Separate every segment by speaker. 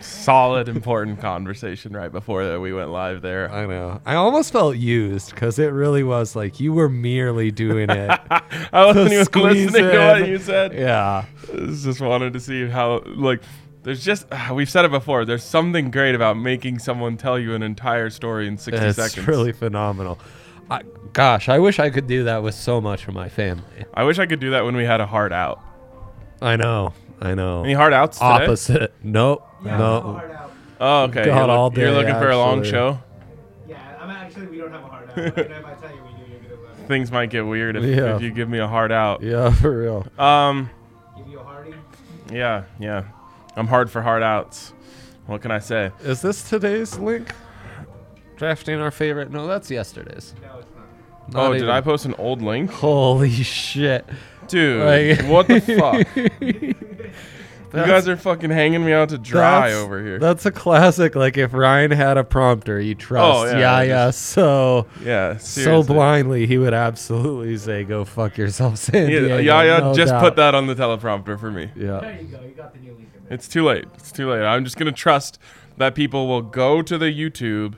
Speaker 1: solid important conversation right before that we went live there.
Speaker 2: I know. I almost felt used because it really was like you were merely doing it.
Speaker 1: I wasn't
Speaker 2: to
Speaker 1: even
Speaker 2: squeeze
Speaker 1: listening to what
Speaker 2: in.
Speaker 1: you said.
Speaker 2: yeah.
Speaker 1: I just wanted to see how like there's just we've said it before. There's something great about making someone tell you an entire story in 60
Speaker 2: It's
Speaker 1: seconds.
Speaker 2: really phenomenal. I, gosh, I wish I could do that with so much of my family.
Speaker 1: I wish I could do that when we had a hard out.
Speaker 2: I know. I know.
Speaker 1: Any hard outs today?
Speaker 2: Opposite. Nope. no.
Speaker 1: Oh, okay.
Speaker 2: God,
Speaker 1: you're, look-
Speaker 2: all day,
Speaker 1: you're looking for a long
Speaker 2: actually.
Speaker 1: show.
Speaker 3: Yeah, I'm actually, we don't have a hard out. but if I tell you we do, you're gonna love it.
Speaker 1: Things might get weird if,
Speaker 2: Yeah.
Speaker 1: if you give me a hard out.
Speaker 2: Yeah, for real.
Speaker 1: Um,
Speaker 3: Give you a hardy.
Speaker 1: yeah, yeah. I'm hard for hard outs. What can I say?
Speaker 2: Is this today's link? Drafting our favorite. No, that's yesterday's.
Speaker 3: No, it's not.
Speaker 2: Not
Speaker 1: oh,
Speaker 2: even-
Speaker 1: did I post an old link?
Speaker 2: Holy shit.
Speaker 1: Dude,
Speaker 2: Like-
Speaker 1: what the fuck? you
Speaker 2: That's-
Speaker 1: guys are fucking hanging me out to dry
Speaker 2: That's-
Speaker 1: over here.
Speaker 2: That's a classic. Like if Ryan had a prompter, you trust.
Speaker 1: Oh, yeah,
Speaker 2: yeah, yeah.
Speaker 1: I
Speaker 2: so
Speaker 1: yeah, seriously.
Speaker 2: so blindly, he would absolutely say, "Go fuck yourself, San
Speaker 1: Yeah,
Speaker 2: Diego."
Speaker 1: yeah, yeah,
Speaker 2: no
Speaker 1: just
Speaker 2: doubt.
Speaker 1: put that on the teleprompter for me.
Speaker 2: Yeah.
Speaker 3: There you go. You got the new link in there.
Speaker 1: It's too late. It's too late. I'm just gonna trust that people will go to the YouTube,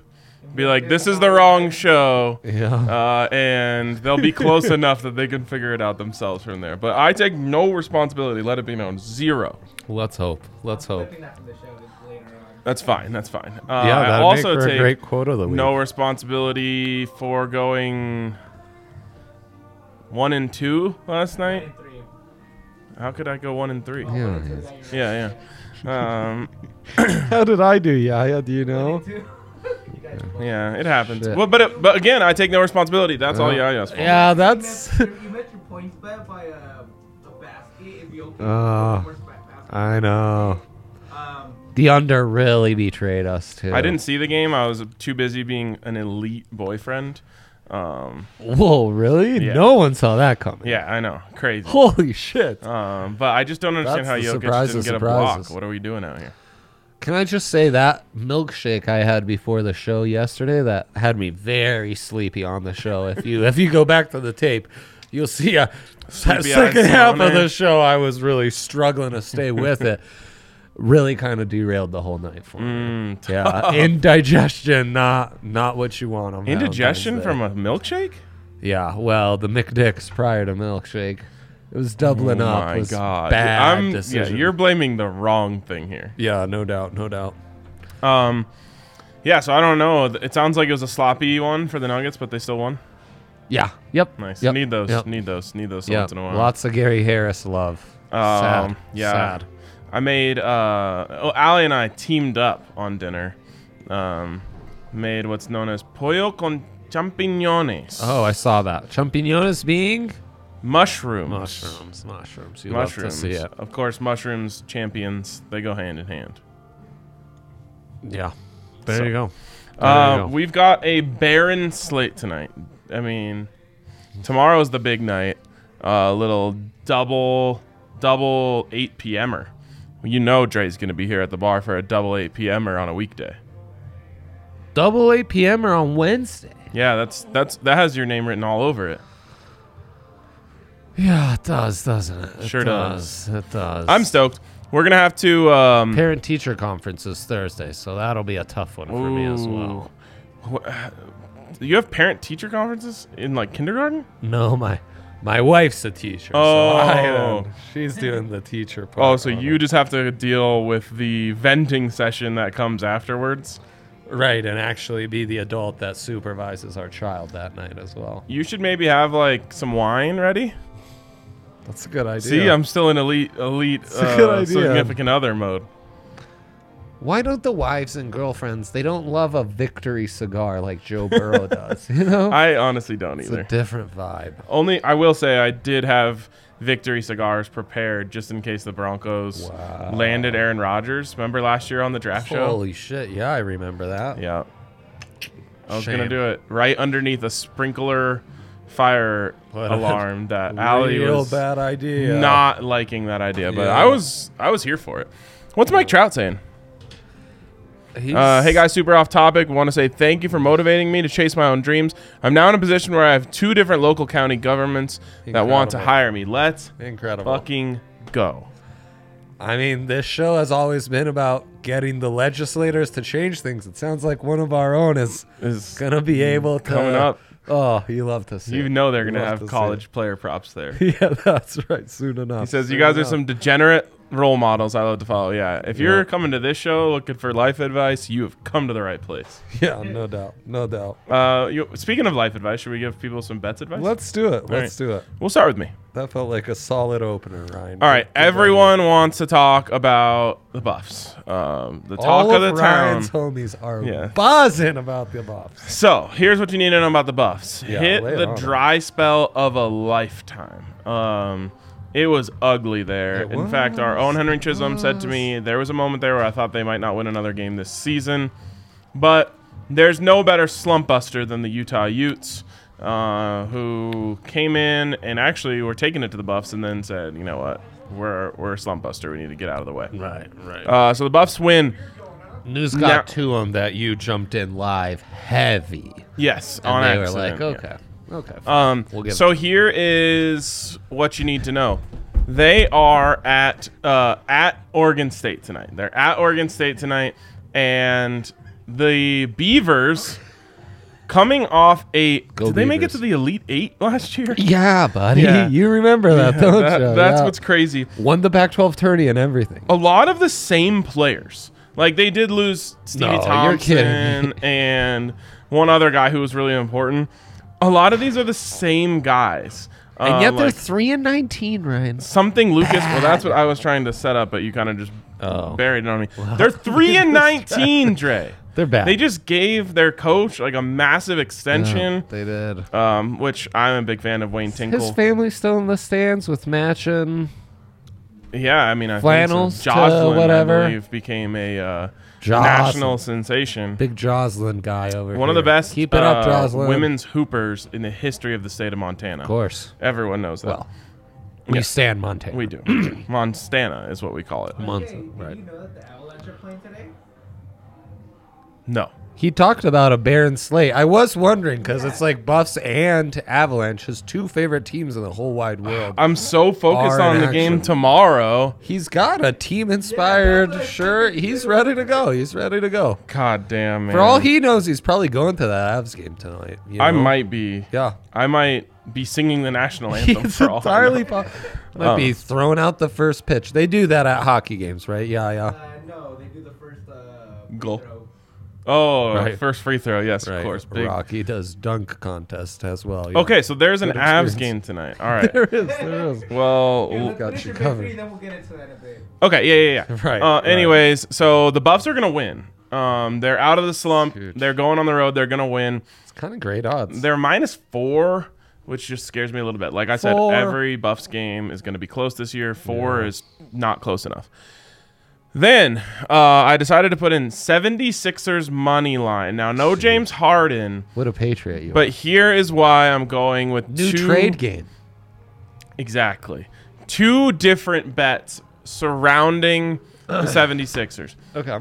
Speaker 1: be like, "This is the wrong show,"
Speaker 2: Yeah.
Speaker 1: uh, and they'll be close enough that they can figure it out themselves from there. But I take no responsibility. Let it be known, zero.
Speaker 2: Let's hope. Let's hope.
Speaker 3: Clipping that from the show that's later on.
Speaker 1: That's fine. That's fine. Uh,
Speaker 2: yeah,
Speaker 1: I
Speaker 2: that'd
Speaker 1: also
Speaker 2: make for
Speaker 1: take
Speaker 2: a great quote of the week.
Speaker 1: no responsibility for going one and two last night.
Speaker 3: And three.
Speaker 1: How could I go one and three? Yeah,
Speaker 2: Yeah, yeah.
Speaker 1: yeah. Um,
Speaker 2: How did I do, Yaya? Do you know?
Speaker 1: yeah, it happens.
Speaker 2: Shit.
Speaker 1: Well, but it, but again, I take no responsibility. That's all
Speaker 2: Yeah.
Speaker 1: Yaya's fault.
Speaker 2: Yeah,
Speaker 3: You
Speaker 2: that's.
Speaker 3: met, your, you met your points bet by a, a basket. If you open
Speaker 2: Ah.
Speaker 3: the first ba- basket.
Speaker 2: I know.
Speaker 3: Um,
Speaker 2: The under really betrayed us too.
Speaker 1: I didn't see the game. I was too busy being an elite boyfriend. Um,
Speaker 2: Whoa, really?
Speaker 1: Yeah.
Speaker 2: No one saw that coming.
Speaker 1: yeah, I know, crazy.
Speaker 2: Holy shit.
Speaker 1: Um, but I just don't understand
Speaker 2: That's
Speaker 1: how
Speaker 2: the
Speaker 1: Jokic
Speaker 2: surprise
Speaker 1: didn't
Speaker 2: of
Speaker 1: get a block.
Speaker 2: surprises.
Speaker 1: What are we doing out here?
Speaker 2: Can I just say that milkshake I had before the show yesterday that had me very sleepy on the show. If you if you go back to the tape, you'll see a that
Speaker 1: Sleepy-eyed
Speaker 2: second half of
Speaker 1: stoner.
Speaker 2: the show I was really struggling to stay with it. Really kind of derailed the whole night for me.
Speaker 1: Mm,
Speaker 2: yeah, indigestion, not not what you want on Valentine's
Speaker 1: Indigestion
Speaker 2: Day.
Speaker 1: from a milkshake?
Speaker 2: yeah. Well, the McDicks prior to milkshake, it was doubling
Speaker 1: oh
Speaker 2: up.
Speaker 1: my
Speaker 2: was
Speaker 1: god!
Speaker 2: bad
Speaker 1: I'm,
Speaker 2: decision.
Speaker 1: Yeah, you're blaming the wrong thing here.
Speaker 2: yeah, no doubt, no doubt.
Speaker 1: Um, yeah. So I don't know. It sounds like it was a sloppy one for the Nuggets, but they still won.
Speaker 2: Yeah. Yep.
Speaker 1: Nice.
Speaker 2: Yep.
Speaker 1: Need those.
Speaker 2: Yep.
Speaker 1: Need those. Need those
Speaker 2: Yep.
Speaker 1: once in a while.
Speaker 2: Lots of Gary Harris love.
Speaker 1: Um,
Speaker 2: Sad.
Speaker 1: Yeah.
Speaker 2: Sad.
Speaker 1: I made. Uh, oh, Allie and I teamed up on dinner. Um, made what's known as pollo con champiñones.
Speaker 2: Oh, I saw that. Champiñones being
Speaker 1: mushrooms.
Speaker 2: mushrooms. Mushrooms. You
Speaker 1: Mushrooms.
Speaker 2: love to see it.
Speaker 1: Of course, mushrooms champions. They go hand in hand.
Speaker 2: Yeah. There
Speaker 1: So-
Speaker 2: you go. There
Speaker 1: Uh,
Speaker 2: you go.
Speaker 1: We've got a barren slate tonight. I mean, tomorrow's the big night. A little double, double 8 p.m.er. You know Dre's going to be here at the bar for a double 8 p.m.er on a weekday.
Speaker 2: Double 8 p.m. or on Wednesday.
Speaker 1: Yeah, that's that's that has your name written all over it.
Speaker 2: Yeah, it does, doesn't it? It
Speaker 1: Sure does.
Speaker 2: It does.
Speaker 1: I'm stoked. We're gonna have to. Um,
Speaker 2: Parent teacher conference is Thursday, so that'll be a tough one for me as well.
Speaker 1: Ooh. Wh- You have parent teacher conferences in like kindergarten?
Speaker 2: No, my my wife's a teacher. so I am-
Speaker 1: Oh.
Speaker 2: she's doing the teacher part.
Speaker 1: Oh, so
Speaker 2: on
Speaker 1: you
Speaker 2: it.
Speaker 1: just have to deal with the venting session that comes afterwards.
Speaker 2: right, and actually be the adult that supervises our child that night as well.
Speaker 1: You should maybe have like some wine ready.
Speaker 2: That's a good idea.
Speaker 1: See, I'm still in elite, elite,
Speaker 2: a
Speaker 1: uh,
Speaker 2: good idea.
Speaker 1: significant other mode.
Speaker 2: Why don't the wives and girlfriends they don't love a victory cigar like Joe Burrow does? You know,
Speaker 1: I honestly don't
Speaker 2: Oh. it's
Speaker 1: either.
Speaker 2: a different vibe.
Speaker 1: Only I will say I did have victory cigars prepared just in case the Broncos landed Aaron Rodgers. Remember last year on the draft show?
Speaker 2: Holy shit! Yeah, I remember that.
Speaker 1: Yeah. I was
Speaker 2: Shame.
Speaker 1: gonna do it right underneath a sprinkler fire
Speaker 2: What a
Speaker 1: alarm that Allie
Speaker 2: Real
Speaker 1: was
Speaker 2: bad idea.
Speaker 1: not liking that idea, but
Speaker 2: Yeah.
Speaker 1: I was I was here for it. What's Mike Trout saying?
Speaker 2: He's-
Speaker 1: Uh, hey guys, super off topic. Want to say thank you for motivating me to chase my own dreams. I'm now in a position where I have two different local county governments that want to
Speaker 2: Incredible.
Speaker 1: hire me. Let's
Speaker 2: incredible.
Speaker 1: fucking go.
Speaker 2: I mean, this show has always been about getting the legislators to change things. It sounds like one of our own is
Speaker 1: Is-
Speaker 2: gonna be able to
Speaker 1: Mm, coming up.
Speaker 2: Oh, you love to see.
Speaker 1: You
Speaker 2: it.
Speaker 1: know they're
Speaker 2: You
Speaker 1: gonna
Speaker 2: love
Speaker 1: have
Speaker 2: to see
Speaker 1: college player props there.
Speaker 2: it. Yeah, that's right. Soon enough.
Speaker 1: He says you guys are some degenerate role models I love to follow. Yeah, if you're coming to this show looking for life advice, you have come to the right place.
Speaker 2: Yeah, no doubt, no doubt.
Speaker 1: Uh, you, speaking of life advice, should we give people some bets advice?
Speaker 2: Let's do it. Let's
Speaker 1: right.
Speaker 2: do it.
Speaker 1: We'll start with me.
Speaker 2: That felt like a solid opener, Ryan.
Speaker 1: All right,
Speaker 2: Good- good on you.
Speaker 1: everyone wants to talk about the Buffs, um, the talk
Speaker 2: All
Speaker 1: of, the town.
Speaker 2: Ryan's homies are
Speaker 1: Yeah.
Speaker 2: buzzing about the buffs.
Speaker 1: So here's what you need to know about the Buffs.
Speaker 2: Yeah,
Speaker 1: Hit
Speaker 2: lay it
Speaker 1: the
Speaker 2: on 'em.
Speaker 1: dry spell of a lifetime. Um, it was ugly there.
Speaker 2: It
Speaker 1: In fact, our own Henry Chisholm said to me there was a moment there where I thought they might not win another game this season, but there's no better slump buster than the Utah Utes. Uh, who came in and actually were taking it to the Buffs and then said, you know what, we're we're a slump buster. We need to get out of the way.
Speaker 2: Right, right.
Speaker 1: Uh, so the Buffs win.
Speaker 2: News
Speaker 1: now-
Speaker 2: got to him that you jumped in live heavy,
Speaker 1: Yes,
Speaker 2: and
Speaker 1: on
Speaker 2: they were
Speaker 1: accident.
Speaker 2: like, okay, okay.
Speaker 1: Um,
Speaker 2: We'll give
Speaker 1: so here is what you need to know. They are at uh, at Oregon State tonight. They're at Oregon State tonight, and the Beavers coming off a.
Speaker 2: Go
Speaker 1: did they make it
Speaker 2: Beavers.
Speaker 1: to the Elite Eight last year?
Speaker 2: Yeah, buddy.
Speaker 1: Yeah.
Speaker 2: You remember that, don't
Speaker 1: That-
Speaker 2: you?
Speaker 1: that's
Speaker 2: Yeah.
Speaker 1: what's crazy.
Speaker 2: won the Pac-12 tourney and everything.
Speaker 1: A lot of the same players. Like they did lose Stevie
Speaker 2: No, you're
Speaker 1: Thompson
Speaker 2: kidding.
Speaker 1: and one other guy who was really important. A lot of these are the same guys. Uh,
Speaker 2: and yet they're
Speaker 1: like-
Speaker 2: three and nineteen, Ryan.
Speaker 1: something Lucas. Well, that's what I was trying to set up, but you kind of just
Speaker 2: Oh.
Speaker 1: buried it on me. They're three and nineteen, Dre.
Speaker 2: They're bad.
Speaker 1: They just gave their coach like a massive extension,
Speaker 2: they did.
Speaker 1: um, which I'm a big fan of Wayne
Speaker 2: His
Speaker 1: Tinkle.
Speaker 2: family's still in the stands with matching.
Speaker 1: yeah, I mean, I
Speaker 2: flannels
Speaker 1: think
Speaker 2: to
Speaker 1: so. Jocelyn,
Speaker 2: whatever.
Speaker 1: I believe, became a uh,
Speaker 2: Jocelyn.
Speaker 1: national sensation.
Speaker 2: Big Joslin guy over here.
Speaker 1: One of the best
Speaker 2: Keep it up,
Speaker 1: uh,
Speaker 2: Joslin.
Speaker 1: women's hoopers in the history of the state of Montana.
Speaker 2: Of course.
Speaker 1: Everyone knows that.
Speaker 2: Well, we stand Montana.
Speaker 1: we do. Montana is what we call it.
Speaker 2: Monza,
Speaker 3: did
Speaker 2: right.
Speaker 3: you know that the Avalanche are playing today?
Speaker 1: No.
Speaker 2: He talked about a barren slate. I was wondering because it's like Buffs and Avalanche, his two favorite teams in the whole wide world.
Speaker 1: I'm so focused
Speaker 2: Are
Speaker 1: on
Speaker 2: in
Speaker 1: the
Speaker 2: action.
Speaker 1: game tomorrow.
Speaker 2: He's got a team-inspired shirt. He's ready to go. He's ready to go.
Speaker 1: God damn, man.
Speaker 2: For all he knows, he's probably going to that Avs game tonight. you
Speaker 1: I
Speaker 2: know?
Speaker 1: might be.
Speaker 2: Yeah.
Speaker 1: I might be singing the national anthem
Speaker 2: It's
Speaker 1: for all I know.
Speaker 2: entirely po- Might
Speaker 1: Uh.
Speaker 2: be throwing out the first pitch. They do that at hockey games, right? Yeah, yeah.
Speaker 3: Uh, no, they do the first uh,
Speaker 1: Goal.
Speaker 3: throw.
Speaker 1: Oh,
Speaker 2: Right.
Speaker 1: first free throw. Yes, of course. Big.
Speaker 2: Rocky does dunk contest as well. yeah.
Speaker 1: Okay, so there's an
Speaker 2: Good
Speaker 1: Avs
Speaker 2: experience.
Speaker 1: game tonight. All right.
Speaker 2: There is, there is.
Speaker 1: Well,
Speaker 3: Hey,
Speaker 1: w-
Speaker 3: let's
Speaker 2: got
Speaker 3: finish
Speaker 2: you
Speaker 3: your big
Speaker 2: covered.
Speaker 3: three, then we'll get into that a bit.
Speaker 1: okay, yeah, yeah, yeah.
Speaker 2: Right,
Speaker 1: Uh,
Speaker 2: right.
Speaker 1: anyways, so the Buffs are gonna win. Um, they're out of the slump. They're going on the road. They're gonna win.
Speaker 2: It's kind of great odds.
Speaker 1: They're minus four, which just scares me a little bit. Like I
Speaker 2: Four.
Speaker 1: said, every Buffs game is going to be close this year. Four is not close enough. Then uh, I decided to put in 76ers money line. Now, no James Harden,
Speaker 2: What a patriot you
Speaker 1: but here is why I'm going with
Speaker 2: are. New
Speaker 1: two
Speaker 2: trade game.
Speaker 1: Exactly. Two different bets surrounding the 76ers.
Speaker 2: Okay.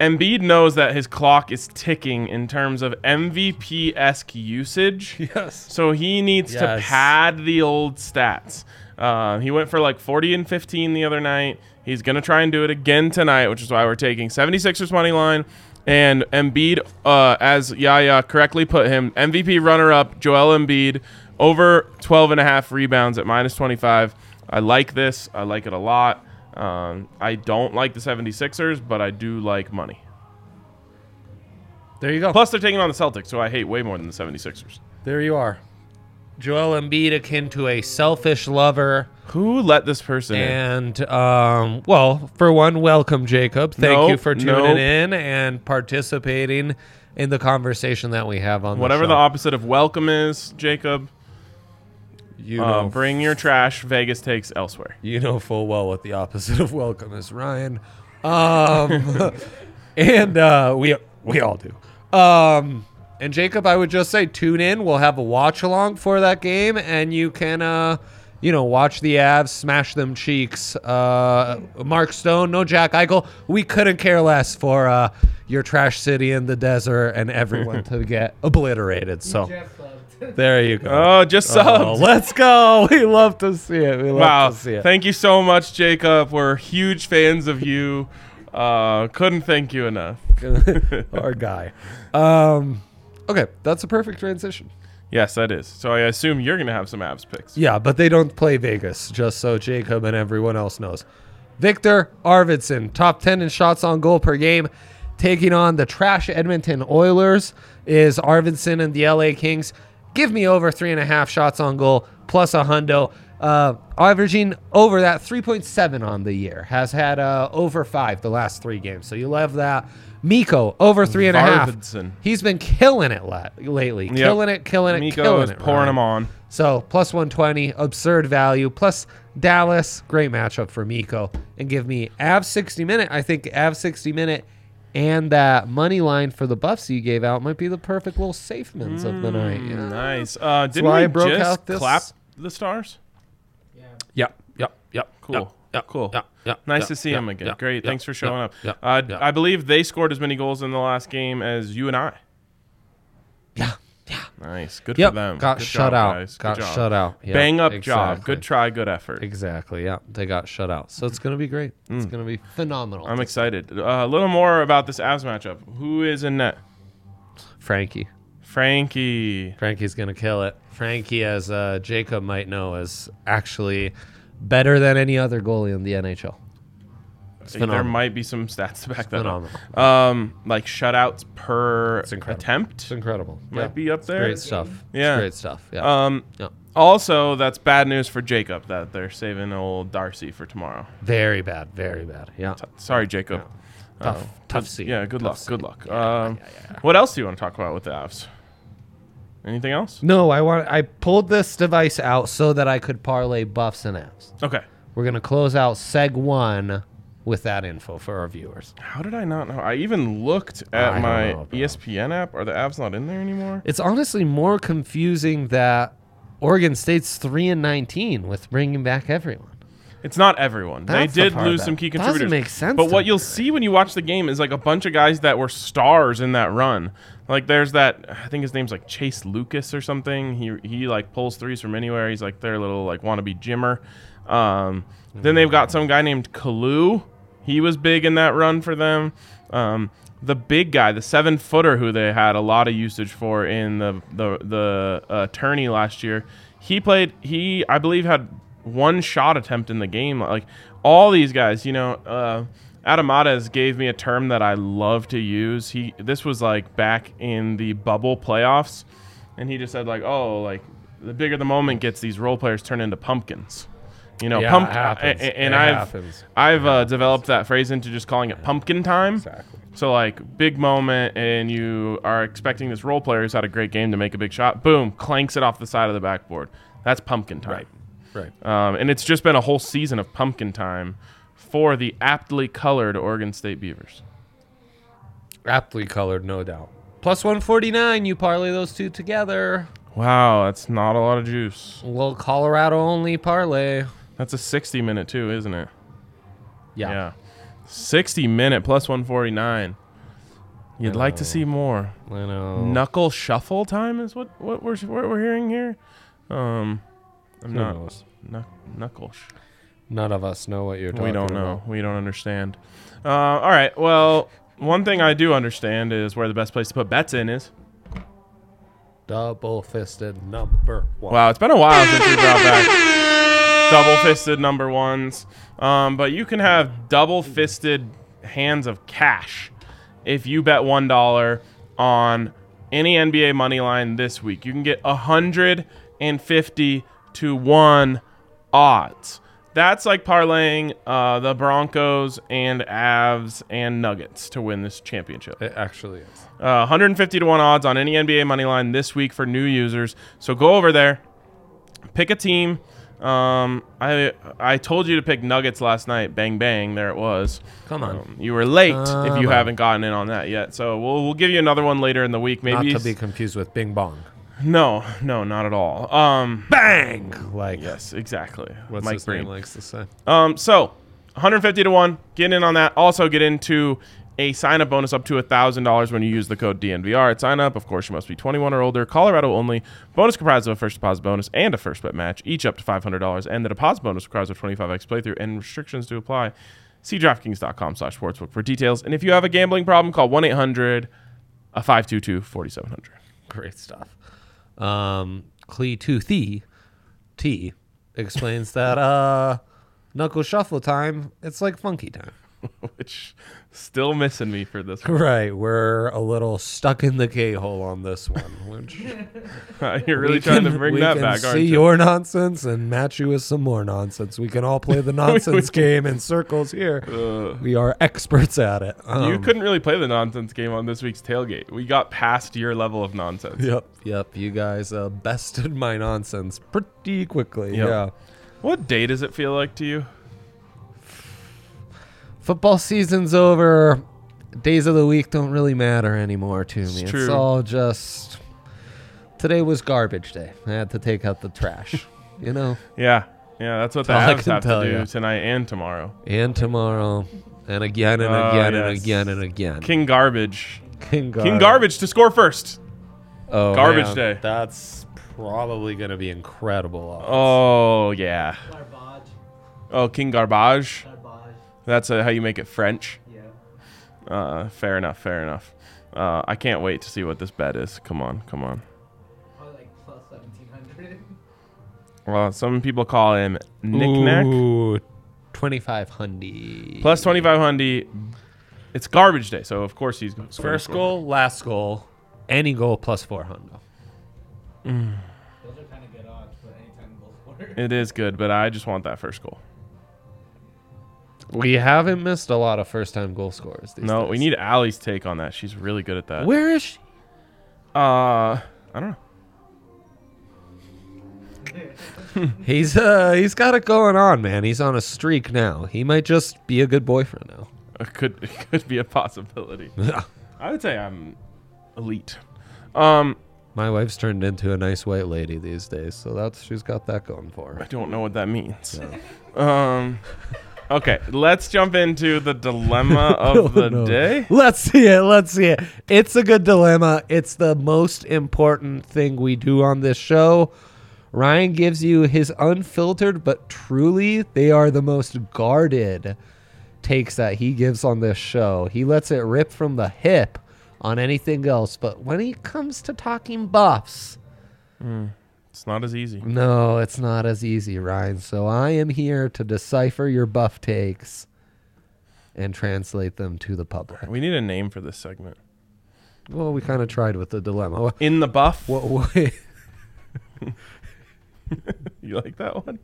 Speaker 1: Embiid knows that his clock is ticking in terms of MVP esque usage.
Speaker 2: Yes.
Speaker 1: So he needs to
Speaker 2: Yes.
Speaker 1: pad the old stats. Uh, he went for like 40 and 15 the other night. He's going to try and do it again tonight, which is why we're taking 76ers money line. And Embiid, uh, as Yaya correctly put him, MVP runner up, Joel Embiid, over 12 and a half rebounds at minus 25. I like this. I like it a lot. Um, I don't like the 76ers, but I do like money.
Speaker 2: There you go.
Speaker 1: Plus, they're taking on the Celtics, so I hate way more than the 76ers.
Speaker 2: There you are. Joel Embiid akin to a selfish lover.
Speaker 1: Who let this person in?
Speaker 2: And um, well, for one, welcome Jacob. Thank
Speaker 1: Nope,
Speaker 2: you for tuning
Speaker 1: nope.
Speaker 2: in and participating in the conversation that we have on
Speaker 1: Whatever the
Speaker 2: the show.
Speaker 1: opposite of welcome is, Jacob,
Speaker 2: you
Speaker 1: uh,
Speaker 2: know,
Speaker 1: bring your trash. Vegas takes elsewhere.
Speaker 2: you know full well what the opposite of welcome is, Ryan. Um, and uh, we we all do. Um, and Jacob, I would just say tune in. We'll have a watch along for that game, and you can uh, you know watch the Avs smash them cheeks. Uh, Mark Stone, no Jack Eichel. We couldn't care less for uh, your trash city in the desert and everyone to get obliterated. So
Speaker 3: Jeff loved.
Speaker 2: there you go.
Speaker 1: Oh, just
Speaker 2: Oh,
Speaker 1: subbed.
Speaker 2: let's go. We love to see it. We love
Speaker 1: wow.
Speaker 2: to see it.
Speaker 1: Thank you so much, Jacob. We're huge fans of you. Uh, couldn't thank you enough.
Speaker 2: our guy. Um, okay, that's a perfect transition.
Speaker 1: Yes, that is. So I assume you're going to have some abs picks.
Speaker 2: Yeah, but they don't play Vegas, just so Jacob and everyone else knows. Victor Arvidsson, top 10 in shots on goal per game, taking on the trash Edmonton Oilers, is Arvidsson and the LA Kings. Give me over three and a half shots on goal, plus a hundo. Uh, averaging over that 3.7 on the year. Has had uh, over five the last three games. So you love that. Miko, over three and a half.
Speaker 1: Arvidsson.
Speaker 2: He's been killing it la- lately. Killing it, killing it,
Speaker 1: Miko
Speaker 2: killing
Speaker 1: is
Speaker 2: it.
Speaker 1: pouring
Speaker 2: Ryan.
Speaker 1: them on.
Speaker 2: So plus 120, absurd value. Plus Dallas, great matchup for Miko. And give me Av 60 minute. I think Av 60 minute and that money line for the buffs you gave out might be the perfect little safe mins of the night. Yeah.
Speaker 1: Nice. Uh, didn't
Speaker 2: why
Speaker 1: we
Speaker 2: I broke
Speaker 1: just
Speaker 2: out this-
Speaker 1: clap the stars?
Speaker 3: Yeah.
Speaker 2: Yep. Yep. Yep.
Speaker 1: Cool. cool.
Speaker 2: Yep. Yep.
Speaker 1: Nice
Speaker 2: yep,
Speaker 1: to see
Speaker 2: yep,
Speaker 1: him again.
Speaker 2: yep,
Speaker 1: Great.
Speaker 2: yep,
Speaker 1: Thanks for showing
Speaker 2: yep,
Speaker 1: up.
Speaker 2: yep,
Speaker 1: uh,
Speaker 2: yep.
Speaker 1: I believe they scored as many goals in the last game as you and I.
Speaker 2: Yeah.
Speaker 1: Nice. Good
Speaker 2: Yep.
Speaker 1: for them.
Speaker 2: Got
Speaker 1: Good
Speaker 2: shut
Speaker 1: job,
Speaker 2: out.
Speaker 1: guys. Good
Speaker 2: Got
Speaker 1: job.
Speaker 2: shut out. Yep,
Speaker 1: Bang up job.
Speaker 2: exactly.
Speaker 1: Good try. Good effort.
Speaker 2: Exactly. Yeah. They got shut out. So it's gonna be great. It's gonna be phenomenal.
Speaker 1: Mm. I'm excited. Uh, a little more about this Avs matchup. Who is in net?
Speaker 2: Frankie.
Speaker 1: Frankie.
Speaker 2: Frankie's gonna kill it. Frankie, as uh, Jacob might know, is actually better than any other goalie in the NHL.
Speaker 1: There
Speaker 2: phenomenal.
Speaker 1: might be some stats to back that
Speaker 2: phenomenal.
Speaker 1: up. Um, like shutouts per
Speaker 2: incredible.
Speaker 1: attempt
Speaker 2: It's incredible.
Speaker 1: might be up there.
Speaker 2: great stuff.
Speaker 1: Yeah.
Speaker 2: it's great stuff. Yeah.
Speaker 1: Um,
Speaker 2: Yeah.
Speaker 1: also, that's bad news for Jacob that they're saving old Darcy for tomorrow.
Speaker 2: Very bad. Very bad. Yeah.
Speaker 1: Sorry, Jacob.
Speaker 2: Tough. Tough seat.
Speaker 1: Yeah, uh, good
Speaker 2: Tough
Speaker 1: luck.
Speaker 2: seat.
Speaker 1: Good luck. Um, What else do you want to talk about with the Avs? Anything else?
Speaker 2: No, I want. I pulled this device out so that I could parlay buffs and apps.
Speaker 1: Okay.
Speaker 2: We're gonna close out seg one with that info for our viewers.
Speaker 1: How did I not know? I even looked at
Speaker 2: I don't
Speaker 1: my E
Speaker 2: know, bro.
Speaker 1: ESPN app. Are the Avs not in there anymore?
Speaker 2: It's honestly more confusing that Oregon State's three and nineteen with bringing back everyone.
Speaker 1: It's not everyone.
Speaker 2: That's the
Speaker 1: they did
Speaker 2: part
Speaker 1: lose
Speaker 2: that
Speaker 1: some key
Speaker 2: doesn't
Speaker 1: contributors.
Speaker 2: make sense
Speaker 1: But
Speaker 2: to
Speaker 1: what
Speaker 2: me.
Speaker 1: you'll see when you watch the game is like a bunch of guys that were stars in that run. Like there's that I think his name's like Chase Lucas or something. He he like pulls threes from anywhere. He's like their little like wannabe Jimmer. Um, Then they've got some guy named Kalu. He was big in that run for them. Um, the big guy, the seven footer, who they had a lot of usage for in the the the uh, tourney last year. He played. He I believe had one shot attempt in the game. Like all these guys, you know, uh, Adamadas gave me a term that I love to use. He this was like back in the bubble playoffs, and he just said like, "Oh, like the bigger the moment gets, these role players turn into pumpkins." You know,
Speaker 2: Yeah, it
Speaker 1: pumpkin.
Speaker 2: happens.
Speaker 1: And
Speaker 2: It
Speaker 1: I've
Speaker 2: happens.
Speaker 1: I've uh, developed that phrase into just calling it pumpkin time.
Speaker 2: Exactly.
Speaker 1: So like big moment, and you are expecting this role player who's had a great game to make a big shot. Boom, clanks it off the side of the backboard. That's pumpkin time.
Speaker 2: Right.
Speaker 1: Um, and it's just been a whole season of pumpkin time for the aptly colored Oregon State Beavers.
Speaker 2: Aptly colored, no doubt. Plus 149, you parlay those two together.
Speaker 1: Wow, that's not a lot of juice.
Speaker 2: A little Colorado only parlay.
Speaker 1: That's a 60 minute too, isn't it?
Speaker 2: Yeah.
Speaker 1: 60 minute plus 149. You'd like
Speaker 2: Oh.
Speaker 1: to see more.
Speaker 2: I know.
Speaker 1: Knuckle shuffle time is what what we're what we're hearing here. Um I'm
Speaker 2: Who
Speaker 1: not
Speaker 2: knows?
Speaker 1: knuck- knuckle. sh-
Speaker 2: None of us know what you're talking
Speaker 1: We don't know.
Speaker 2: about.
Speaker 1: We don't understand. Uh, all right. Well, one thing I do understand is where the best place to put bets in is.
Speaker 2: Double fisted number one.
Speaker 1: Wow, it's been a while since we brought back double fisted number ones. Um, but you can have double fisted hands of cash if you bet one dollar on any NBA money line this week. You can get hundred and fifty to one odds. That's like parlaying uh, the Broncos and Avs and Nuggets to win this championship.
Speaker 2: It actually is.
Speaker 1: Uh, 150 to 1 odds on any NBA money line this week for new users. So go over there, pick a team. Um, I I told you to pick Nuggets last night. Bang bang, there it was.
Speaker 2: Come on.
Speaker 1: Um, you were late if
Speaker 2: Come
Speaker 1: you
Speaker 2: on.
Speaker 1: haven't gotten in on that yet. So we'll we'll give you another one later in the week.
Speaker 2: Not
Speaker 1: Maybe
Speaker 2: to be confused with Bing Bong.
Speaker 1: no no not at all. Um,
Speaker 2: Bang! Like,
Speaker 1: yes exactly.
Speaker 2: what's
Speaker 1: Mike
Speaker 2: his
Speaker 1: Breen.
Speaker 2: name likes to say?
Speaker 1: Um, so 150 to one, get in on that. Also get into a sign up bonus up to thousand dollars when you use the code DNVR at sign up. Of course, you must be 21 or older. Colorado only. Bonus comprised of a first deposit bonus and a first bet match, each up to $500. And the deposit bonus requires a 25x playthrough and restrictions do apply. See DraftKings.com/sportsbook slash sportsbook for details. And if you have a gambling problem, call 1-800-522-4700.
Speaker 2: Great stuff. Um, Clee Toothy T explains that uh, knuckle shuffle time, it's like funky time.
Speaker 1: Which still missing me for this.
Speaker 2: Right, we're a little stuck in the K hole on this one. Which
Speaker 1: You're really
Speaker 2: we
Speaker 1: trying to
Speaker 2: can-
Speaker 1: bring
Speaker 2: we
Speaker 1: that
Speaker 2: can
Speaker 1: back,
Speaker 2: see
Speaker 1: aren't you?
Speaker 2: your nonsense and match you with some more nonsense. We can all play the nonsense game in circles here. we are experts at it.
Speaker 1: Uh, You
Speaker 2: Um,
Speaker 1: couldn't really play the nonsense game on this week's tailgate. We got past your level of nonsense.
Speaker 2: Yep, yep. You guys uh, bested my nonsense pretty quickly.
Speaker 1: Yep.
Speaker 2: Yeah.
Speaker 1: What day does it feel like to you?
Speaker 2: football season's over. Days of the week don't really matter anymore to me. It's,
Speaker 1: true.
Speaker 2: all just today was garbage day. I had to take out the trash, you know.
Speaker 1: Yeah, yeah, that's what the
Speaker 2: All I
Speaker 1: Avs
Speaker 2: can
Speaker 1: have to
Speaker 2: tell
Speaker 1: do
Speaker 2: ya.
Speaker 1: tonight and tomorrow.
Speaker 2: And tomorrow, and again and
Speaker 1: Oh,
Speaker 2: again and
Speaker 1: yes.
Speaker 2: again and again.
Speaker 1: King Garbage.
Speaker 2: King, Gar-
Speaker 1: King Garbage to score first.
Speaker 2: Oh,
Speaker 1: Garbage Day.
Speaker 2: That's probably gonna be incredible.
Speaker 1: Oh yeah.
Speaker 3: Garbage.
Speaker 1: Oh King Garbage.
Speaker 3: Garbage.
Speaker 1: That's uh, how you make it French.
Speaker 3: Yeah.
Speaker 1: Uh, fair enough. Fair enough. Uh, I can't wait to see what this bet is. Come on, come on.
Speaker 3: Probably like plus 1700.
Speaker 1: Well, some people call him Knickknack.
Speaker 2: Twenty-five hundy.
Speaker 1: Plus 2500. It's garbage day, so of course he's going to score.
Speaker 2: first goal, last goal, any goal plus four hundo.
Speaker 3: Those are kind of good odds, but anytime goal scorer.
Speaker 1: It is good, but I just want that first goal.
Speaker 2: We haven't missed a lot of first-time goal scorers. These
Speaker 1: No,
Speaker 2: days.
Speaker 1: we need Allie's take on that. She's really good at that.
Speaker 2: Where is she?
Speaker 1: Uh, I don't know.
Speaker 2: He's uh he's got it going on, man. He's on a streak now. He might just be a good boyfriend now.
Speaker 1: It could it could be a possibility.
Speaker 2: Yeah.
Speaker 1: I would say I'm elite. Um,
Speaker 2: My wife's turned into a nice white lady these days, so that's she's got that going for
Speaker 1: I
Speaker 2: her.
Speaker 1: don't know what that means. Um, okay, let's jump into the dilemma of the
Speaker 2: Oh, No.
Speaker 1: day.
Speaker 2: Let's see it. Let's see it. It's a good dilemma. It's the most important thing we do on this show. Ryan gives you his unfiltered, but truly, they are the most guarded takes that he gives on this show. He lets it rip from the hip on anything else, but when he comes to talking buffs,
Speaker 1: It's not as easy.
Speaker 2: No, it's not as easy, Ryan. So I am here to decipher your buff takes and translate them to the public.
Speaker 1: We need a name for this segment.
Speaker 2: Well, we kind of tried with the dilemma.
Speaker 1: In the buff.
Speaker 2: What way?
Speaker 1: You like that one?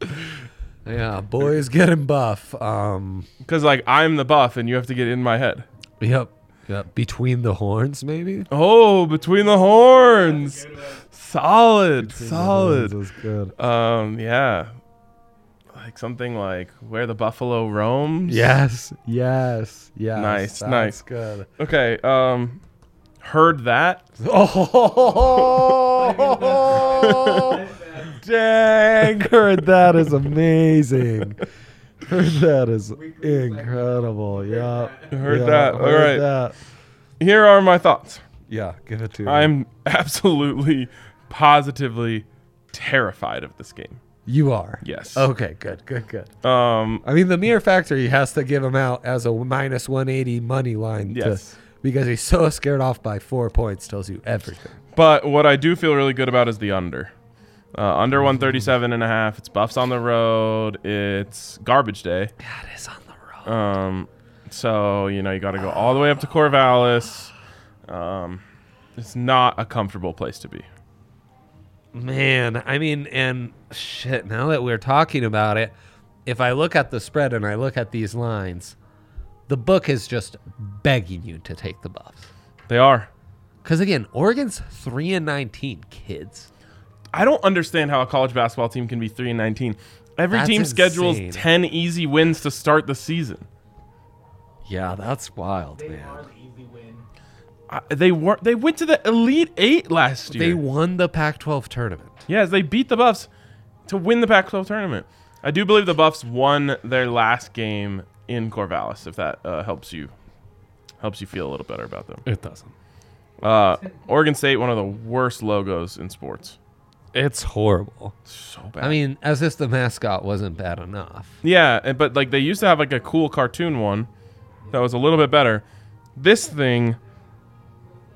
Speaker 2: Yeah, boys getting buff. Um,
Speaker 1: Because like I'm the buff, and you have to get in my head.
Speaker 2: yep, yep. Between the horns, maybe.
Speaker 1: Oh, between the horns. Solid,
Speaker 2: That
Speaker 1: solid.
Speaker 2: was good.
Speaker 1: Um, yeah. Like something like where the buffalo roams.
Speaker 2: Yes, yes, yes.
Speaker 1: Nice,
Speaker 2: that's
Speaker 1: nice.
Speaker 2: good.
Speaker 1: Okay. Um, heard that.
Speaker 2: Oh, dang! Heard that is amazing. Heard that is incredible. Yeah,
Speaker 1: Heard
Speaker 2: yeah,
Speaker 1: that. All right.
Speaker 2: heard that.
Speaker 1: Here are my thoughts.
Speaker 2: Yeah, give it to me.
Speaker 1: I'm absolutely, positively terrified of this game.
Speaker 2: You are.
Speaker 1: Yes.
Speaker 2: Okay. Good. Good. Good.
Speaker 1: Um,
Speaker 2: I mean, the mere factor he has to give him out as a minus 180 money line. to-
Speaker 1: Yes.
Speaker 2: because he's so scared off by four points tells you everything.
Speaker 1: but what I do feel really good about is the under. Uh, under 137 and a half. It's buffs on the road. It's garbage day.
Speaker 2: That is on the road.
Speaker 1: Um, so you know you got to go all the way up to Corvallis. Um, it's not a comfortable place to be.
Speaker 2: Man, I mean, and shit, now that we're talking about it, if I look at the spread and I look at these lines, the book is just begging you to take the buffs.
Speaker 1: They are.
Speaker 2: Because again, Oregon's 3 and 19, kids.
Speaker 1: I don't understand how a college basketball team can be three and 19. Every
Speaker 2: That's
Speaker 1: team schedules
Speaker 2: insane.
Speaker 1: 10 easy wins to start the season.
Speaker 2: Yeah, that's wild, man.
Speaker 3: An easy win.
Speaker 1: I, they were they went to the Elite Eight last
Speaker 2: They
Speaker 1: year.
Speaker 2: won the Pac 12 tournament.
Speaker 1: yes, they beat the Buffs to win the Pac-12 tournament. I do believe the Buffs won their last game in Corvallis. If that uh, helps you helps you feel a little better about them.
Speaker 2: It doesn't.
Speaker 1: Uh, Oregon State, one of the worst logos in sports.
Speaker 2: It's horrible.
Speaker 1: So bad.
Speaker 2: I mean, as if the mascot wasn't bad enough.
Speaker 1: yeah, and- but like they used to have like a cool cartoon one that was a little bit better. This thing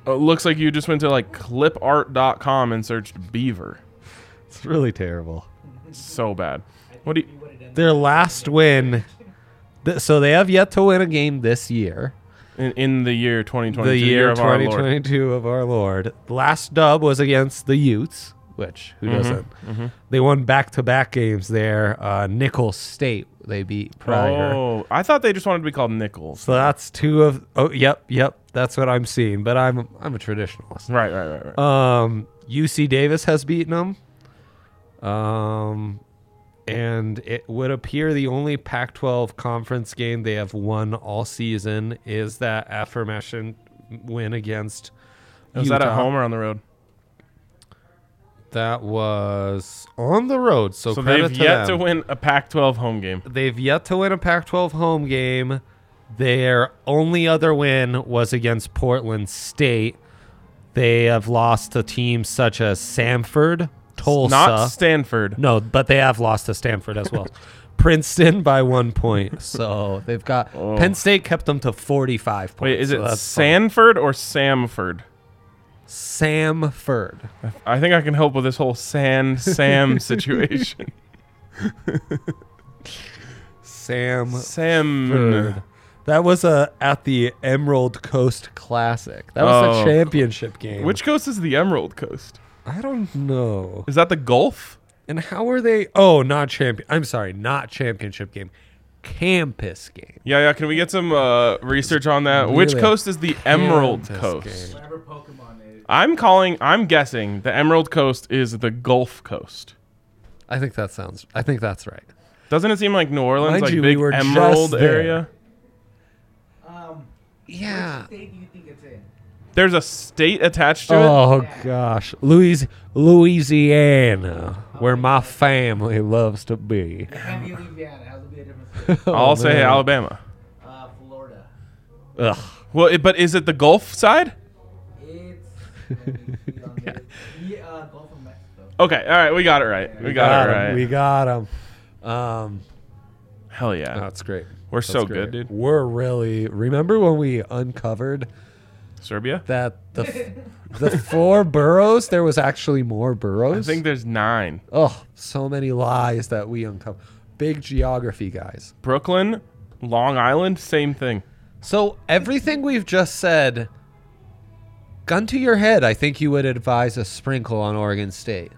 Speaker 1: uh, looks like you just went to like clipart.com and searched beaver.
Speaker 2: It's really terrible.
Speaker 1: So bad. What do you?
Speaker 2: Their last win, th- so they have yet to win a game this year.
Speaker 1: In, in the year 2020,
Speaker 2: The year,
Speaker 1: of our Lord.
Speaker 2: 2022 of our Lord. The last dub was against the Utes, which who
Speaker 1: Mm-hmm,
Speaker 2: doesn't? They won back-to-back games there. Uh, Nickel State they beat prior.
Speaker 1: Oh, I thought they just wanted to be called Nichols.
Speaker 2: So that's two of. Oh, yep, yep. That's what I'm seeing. But I'm I'm a traditionalist.
Speaker 1: Right, right, right, right.
Speaker 2: Um, UC Davis has beaten them. Um, and it would appear the only Pac 12 conference game they have won all season is that aforementioned win against.
Speaker 1: was that at
Speaker 2: Utah.
Speaker 1: home or on the road?
Speaker 2: That was on the road. So,
Speaker 1: So
Speaker 2: credit
Speaker 1: they've yet to
Speaker 2: them.
Speaker 1: win a Pac-12 home game.
Speaker 2: They've yet to win a Pac 12 home game. Their only other win was against Portland State. They have lost to teams such as Samford, Tulsa.
Speaker 1: Not Stanford.
Speaker 2: No, but they have lost to Stanford as well. Princeton by one point. So they've got Penn State kept them to 45 points.
Speaker 1: Oh. Wait, is
Speaker 2: so
Speaker 1: it
Speaker 2: that's fine.
Speaker 1: Sanford or Samford?
Speaker 2: Samford?
Speaker 1: I think I can help with this whole San Sam situation.
Speaker 2: Sam.
Speaker 1: Sam.
Speaker 2: That was uh, at the Emerald Coast Classic. That was
Speaker 1: Oh.
Speaker 2: the championship game.
Speaker 1: Which coast is the Emerald Coast?
Speaker 2: I don't know.
Speaker 1: Is that the Gulf?
Speaker 2: And how are they? Oh, not champion. I'm sorry, not championship game, campus game.
Speaker 1: Yeah, yeah. Can we get some uh, research on that? Which
Speaker 2: Really?
Speaker 1: coast is the Emerald
Speaker 2: Campus
Speaker 1: Coast?
Speaker 2: game.
Speaker 3: Whatever Pokemon is.
Speaker 1: I'm calling. I'm guessing the Emerald Coast is the Gulf Coast.
Speaker 2: I think that sounds. I think that's right.
Speaker 1: Doesn't it seem like New Orleans,
Speaker 2: Mind
Speaker 1: like
Speaker 2: you, we
Speaker 1: big
Speaker 2: were just
Speaker 1: Emerald
Speaker 2: there.
Speaker 1: area?
Speaker 3: Um,
Speaker 2: Yeah.
Speaker 3: state do you think it's in?
Speaker 1: There's a state attached to it.
Speaker 2: Oh gosh, Louis, Louisiana, where my family loves to be.
Speaker 3: Can't be Louisiana. How's it be a different state?
Speaker 1: I'll say
Speaker 2: oh, man.
Speaker 1: Alabama.
Speaker 3: Uh, Florida.
Speaker 2: Ugh.
Speaker 1: Well, it, but is it the Gulf side?
Speaker 3: It's. Let me see on this. Yeah, uh, Gulf of Mexico.
Speaker 1: Okay, all right, we got it right. We got, it
Speaker 2: 'em,
Speaker 1: right.
Speaker 2: Um, We got them. Um,
Speaker 1: Hell yeah,
Speaker 2: that's great.
Speaker 1: we're
Speaker 2: That's
Speaker 1: so
Speaker 2: great.
Speaker 1: good, dude.
Speaker 2: We're really. Remember when we uncovered
Speaker 1: Serbia.
Speaker 2: that the f- the four boroughs? There was actually more
Speaker 1: I
Speaker 2: boroughs.
Speaker 1: think there's nine.
Speaker 2: Oh, so many lies that we uncover. Big geography guys.
Speaker 1: Brooklyn, Long Island, same thing.
Speaker 2: So everything we've just said, gun to your head, I think you would advise a sprinkle on Oregon State.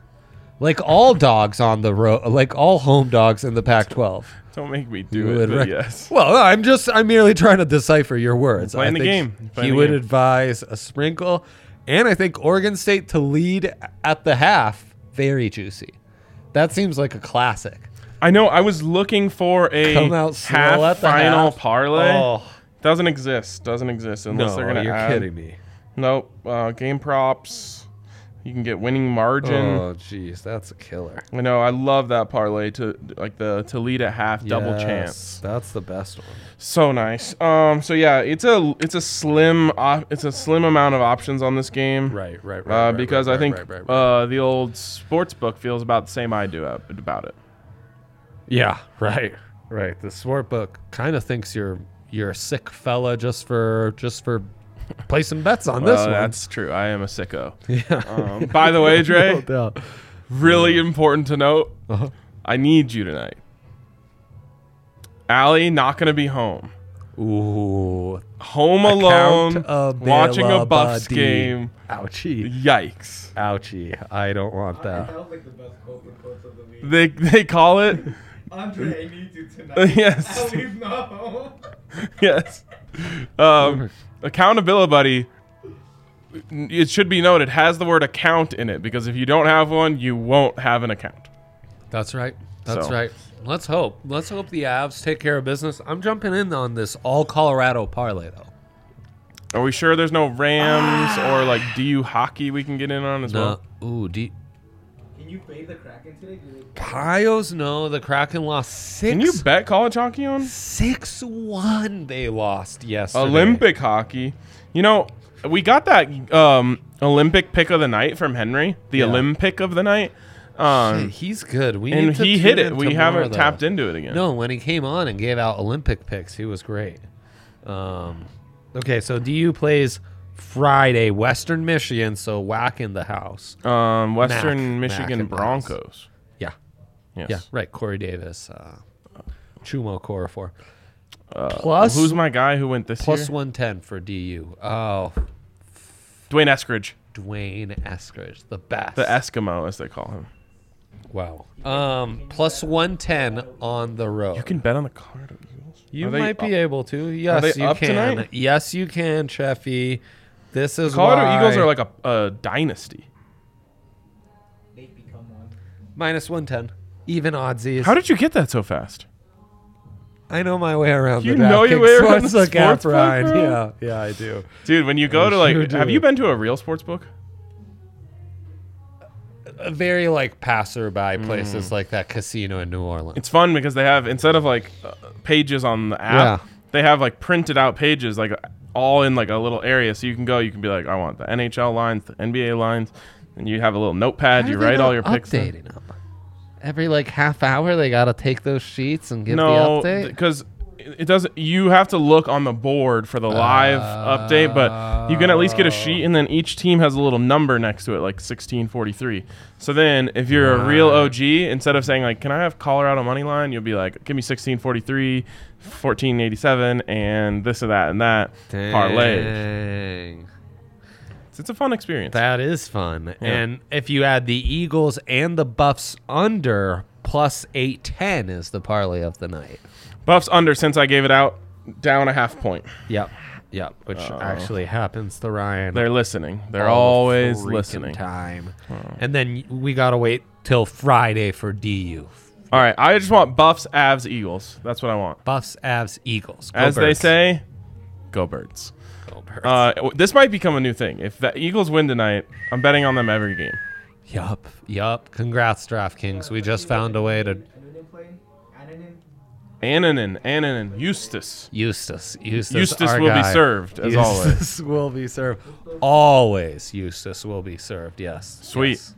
Speaker 2: Like all dogs on the road, like all home dogs in the Pac-12.
Speaker 1: Don't make me
Speaker 2: you
Speaker 1: do it.
Speaker 2: would
Speaker 1: But
Speaker 2: rec-
Speaker 1: yes.
Speaker 2: Well, no, I'm just I'm merely trying to decipher your words.
Speaker 1: playing
Speaker 2: I
Speaker 1: the game.
Speaker 2: think He
Speaker 1: Playing the
Speaker 2: would
Speaker 1: game.
Speaker 2: advise a sprinkle, and I think Oregon State to lead at the half. Very juicy. That seems like a classic.
Speaker 1: I know. I was looking for a
Speaker 2: Come out slow
Speaker 1: half
Speaker 2: at the
Speaker 1: final
Speaker 2: half.
Speaker 1: parlay.
Speaker 2: Oh.
Speaker 1: Doesn't exist. Doesn't exist unless they're gonna.
Speaker 2: you're
Speaker 1: add-
Speaker 2: kidding me.
Speaker 1: Nope. Uh, game props. You can get winning margin.
Speaker 2: Oh, jeez, that's a killer.
Speaker 1: I know. I love that parlay to like the to lead at half double
Speaker 2: Yes,
Speaker 1: chance.
Speaker 2: That's the best one.
Speaker 1: So nice. Um. So yeah, it's a it's a slim op- it's a slim amount of options on this game.
Speaker 2: Right, right, right.
Speaker 1: Uh,
Speaker 2: right,
Speaker 1: because
Speaker 2: right,
Speaker 1: I think
Speaker 2: right, right, right.
Speaker 1: Uh, the old sports book feels about the same I do ab- about it.
Speaker 2: yeah, right, right. The sport book kind of thinks you're you're a sick fella just for just for placing bets on this
Speaker 1: Well,
Speaker 2: one.
Speaker 1: Uh, that's true. I am a sicko. Um, by the way, Dre, really important to note.
Speaker 2: Uh-huh.
Speaker 1: I need you tonight. Allie not gonna be home.
Speaker 2: Ooh,
Speaker 1: Home alone,
Speaker 2: of
Speaker 1: watching a
Speaker 2: Bella
Speaker 1: Buffs
Speaker 2: Buddy.
Speaker 1: game.
Speaker 2: Ouchie,
Speaker 1: Yikes.
Speaker 2: ouchie. I don't want
Speaker 3: I
Speaker 2: that.
Speaker 3: don't think the best coping quotes of the week.
Speaker 1: They they call it
Speaker 3: Andre, I need you tonight.
Speaker 1: Yes.
Speaker 3: Ellie's not home.
Speaker 1: yes. Um, accountability buddy. It should be noted has the word account in it because if you don't have one, you won't have an account.
Speaker 2: That's right. That's
Speaker 1: So.
Speaker 2: right. Let's hope. Let's hope the Avs take care of business. I'm jumping in on this all Colorado parlay though.
Speaker 1: Are we sure there's no Rams
Speaker 2: Ah.
Speaker 1: or like DU hockey we can get in on as well?
Speaker 2: No. Ooh, deep.
Speaker 3: Can you fade the Kraken today? Do you-
Speaker 2: Pios no. The Kraken lost six.
Speaker 1: Can you bet college hockey on
Speaker 2: six one? They lost yesterday.
Speaker 1: Olympic hockey? You know, we got that um, Olympic pick of the night from Henry, the Olympic of the night,
Speaker 2: Hey,
Speaker 1: um,
Speaker 2: He's good. We
Speaker 1: and
Speaker 2: need to
Speaker 1: he
Speaker 2: tune
Speaker 1: hit it.
Speaker 2: in
Speaker 1: We
Speaker 2: tomorrow,
Speaker 1: haven't
Speaker 2: though.
Speaker 1: tapped into it again.
Speaker 2: No, when he came on and gave out Olympic picks, he was great. Um, okay, so DU plays Friday, Western Michigan. So whack in the house.
Speaker 1: Um, Western
Speaker 2: Mac, Mac
Speaker 1: Michigan
Speaker 2: and Max.
Speaker 1: Broncos.
Speaker 2: Yeah,
Speaker 1: Yes.
Speaker 2: yeah, right. Corey Davis, uh, Chumo Corafor. plus
Speaker 1: Uh, Who's my guy who went this
Speaker 2: plus
Speaker 1: year?
Speaker 2: one ten for DU. Oh,
Speaker 1: Dwayne Eskridge,
Speaker 2: Dwayne Eskridge, the best.
Speaker 1: the Eskimo as they call him.
Speaker 2: Wow. Um, plus one ten on the road.
Speaker 1: You can bet on the Colorado Eagles.
Speaker 2: You
Speaker 1: Are they
Speaker 2: might be
Speaker 1: up?
Speaker 2: able to. Yes,
Speaker 1: they
Speaker 2: you
Speaker 1: up
Speaker 2: can.
Speaker 1: tonight?
Speaker 2: Yes, you can, Cheffy. This is
Speaker 1: Colorado
Speaker 2: why
Speaker 1: Eagles are like a, a dynasty.
Speaker 3: They become one.
Speaker 2: minus one ten, even oddsies.
Speaker 1: How did you get that so fast?
Speaker 2: I know my way around?
Speaker 1: You
Speaker 2: the
Speaker 1: know your way
Speaker 2: DraftKings
Speaker 1: around the
Speaker 2: sportsbook app
Speaker 1: sportsbook,
Speaker 2: ride.
Speaker 1: bro?
Speaker 2: Yeah, yeah, I do.
Speaker 1: Dude, when you go to like,
Speaker 2: sure
Speaker 1: have
Speaker 2: do.
Speaker 1: you been to a real sports book?
Speaker 2: A very like passerby places like that casino in New Orleans.
Speaker 1: It's fun because they have instead of like uh, pages on the app,
Speaker 2: Yeah.
Speaker 1: they have like printed out pages like all in like a little area, so you can go. You can be like, I want the NHL lines, the NBA lines, and you have a little notepad. You write all your picks. down.
Speaker 2: updating them. Every like half hour, they gotta take those sheets and give
Speaker 1: no,
Speaker 2: the update.
Speaker 1: because it doesn't. You have to look on the board for the live update, but you can at least get a sheet, and then each team has a little number next to it, like sixteen forty three. So then, if you're a real OG, instead of saying like, "Can I have Colorado money line?" you'll be like, "Give me 1643, 1487, and this and that and that parlay."
Speaker 2: Dang.
Speaker 1: It's, it's a fun experience.
Speaker 2: That is fun. And if you add the Eagles and the Buffs under, plus 810 is the parlay of the night.
Speaker 1: Buffs under since I gave it out, down a half point.
Speaker 2: Yep. Yep. Which actually happens to Ryan.
Speaker 1: They're listening. They're
Speaker 2: all the
Speaker 1: always
Speaker 2: Oh, freaking
Speaker 1: listening.
Speaker 2: Time. And then we got to wait till Friday for DU.
Speaker 1: All right, I just want Buffs, Avs, Eagles. That's what I want.
Speaker 2: Buffs, Avs, Eagles. Go
Speaker 1: as they
Speaker 2: Birds.
Speaker 1: say, go birds.
Speaker 2: Go Birds.
Speaker 1: Uh, w- this might become a new thing. If the Eagles win tonight, I'm betting on them every game.
Speaker 2: yup. Yup. Congrats, DraftKings. We just found a way to.
Speaker 3: Anonym play? Anonym?
Speaker 1: Ananin, Ananin, Eustace.
Speaker 2: Eustace. Eustace,
Speaker 1: Eustace
Speaker 2: our
Speaker 1: will be
Speaker 2: guy.
Speaker 1: served, as always.
Speaker 2: Eustace will be served. Always Eustace will be served. Yes.
Speaker 1: Sweet.
Speaker 2: Yes.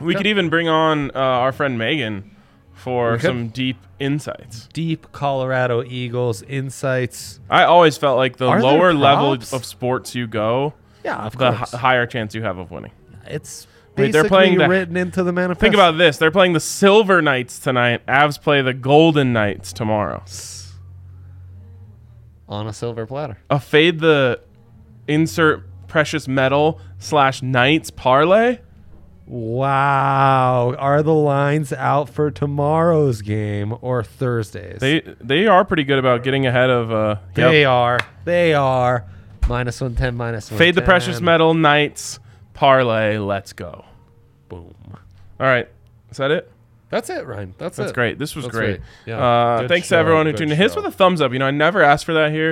Speaker 1: We could even bring on uh, our friend Megan for
Speaker 2: We could.
Speaker 1: some deep insights.
Speaker 2: Deep Colorado Eagles insights.
Speaker 1: I always felt like the
Speaker 2: Are there
Speaker 1: lower level
Speaker 2: props?
Speaker 1: of sports you go,
Speaker 2: Yeah, of
Speaker 1: the h- higher chance you have of winning.
Speaker 2: it's basically
Speaker 1: Wait, they're playing the-
Speaker 2: written into the manifesto.
Speaker 1: Think about this. They're playing the Silver Knights tonight. Avs play the Golden Knights tomorrow.
Speaker 2: on a silver platter.
Speaker 1: A fade the insert precious metal slash knights parlay.
Speaker 2: Wow. Are the lines out for tomorrow's game or Thursday's?
Speaker 1: They they are pretty good about getting ahead of. Uh,
Speaker 2: They
Speaker 1: yep.
Speaker 2: are. They are. Minus 110, minus 110.
Speaker 1: Fade the precious metal knights parlay. Let's go.
Speaker 2: Boom.
Speaker 1: All right, is that it?
Speaker 2: That's it, Ryan. That's,
Speaker 1: That's
Speaker 2: it.
Speaker 1: great. This was
Speaker 2: That's
Speaker 1: great.
Speaker 2: great. Yeah.
Speaker 1: Uh,
Speaker 2: Good
Speaker 1: thanks
Speaker 2: show,
Speaker 1: to everyone who
Speaker 2: good
Speaker 1: tuned in. Hits
Speaker 2: show.
Speaker 1: with a thumbs up. You know, I never asked for that here.